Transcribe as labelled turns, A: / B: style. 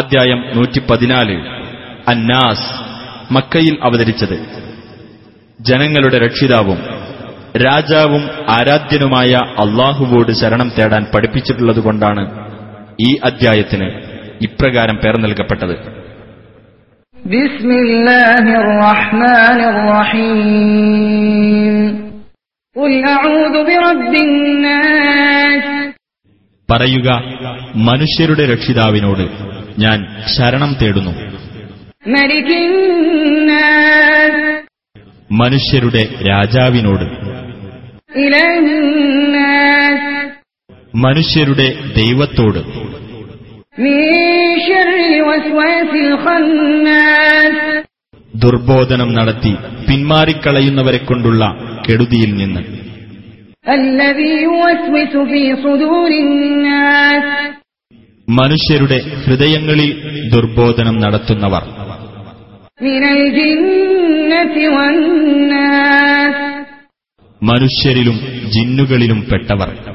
A: അധ്യായം നൂറ്റി പതിനാല് അന്നാസ് മക്കയിൽ അവതരിച്ചത് ജനങ്ങളുടെ രക്ഷിതാവും രാജാവും ആരാധ്യനുമായ അള്ളാഹുവോട് ശരണം തേടാൻ പഠിപ്പിച്ചിട്ടുള്ളതുകൊണ്ടാണ് ഈ അദ്ധ്യായത്തിന് ഇപ്രകാരം പേർ നൽകപ്പെട്ടത്
B: بسم الله الرحمن الرحيم قل أعوذ برب الناس
A: പറയുക മനുഷ്യരുടെ രക്ഷിതാവിനോട് ഞാൻ ശരണം തേടുന്നു
B: ملك الناس
A: മനുഷ്യരുടെ രാജാവിനോട്
B: إله الناس
A: മനുഷ്യരുടെ ദൈവത്തോട്
B: من شر الوسواس الخناس
A: ദുർബോധനം നടത്തി പിന്മാറിക്കളയുന്നവരെ കൊണ്ടുള്ള കെടുതിയിൽ നിന്ന്
B: الذي يوسوس في صدور الناس
A: മനുഷ്യരുടെ ഹൃദയങ്ങളിൽ ദുർബോധനം നടത്തുന്നവർ
B: من الجنة والناس
A: മനുഷ്യരിലും ജിന്നുകളിലും പെട്ടവർ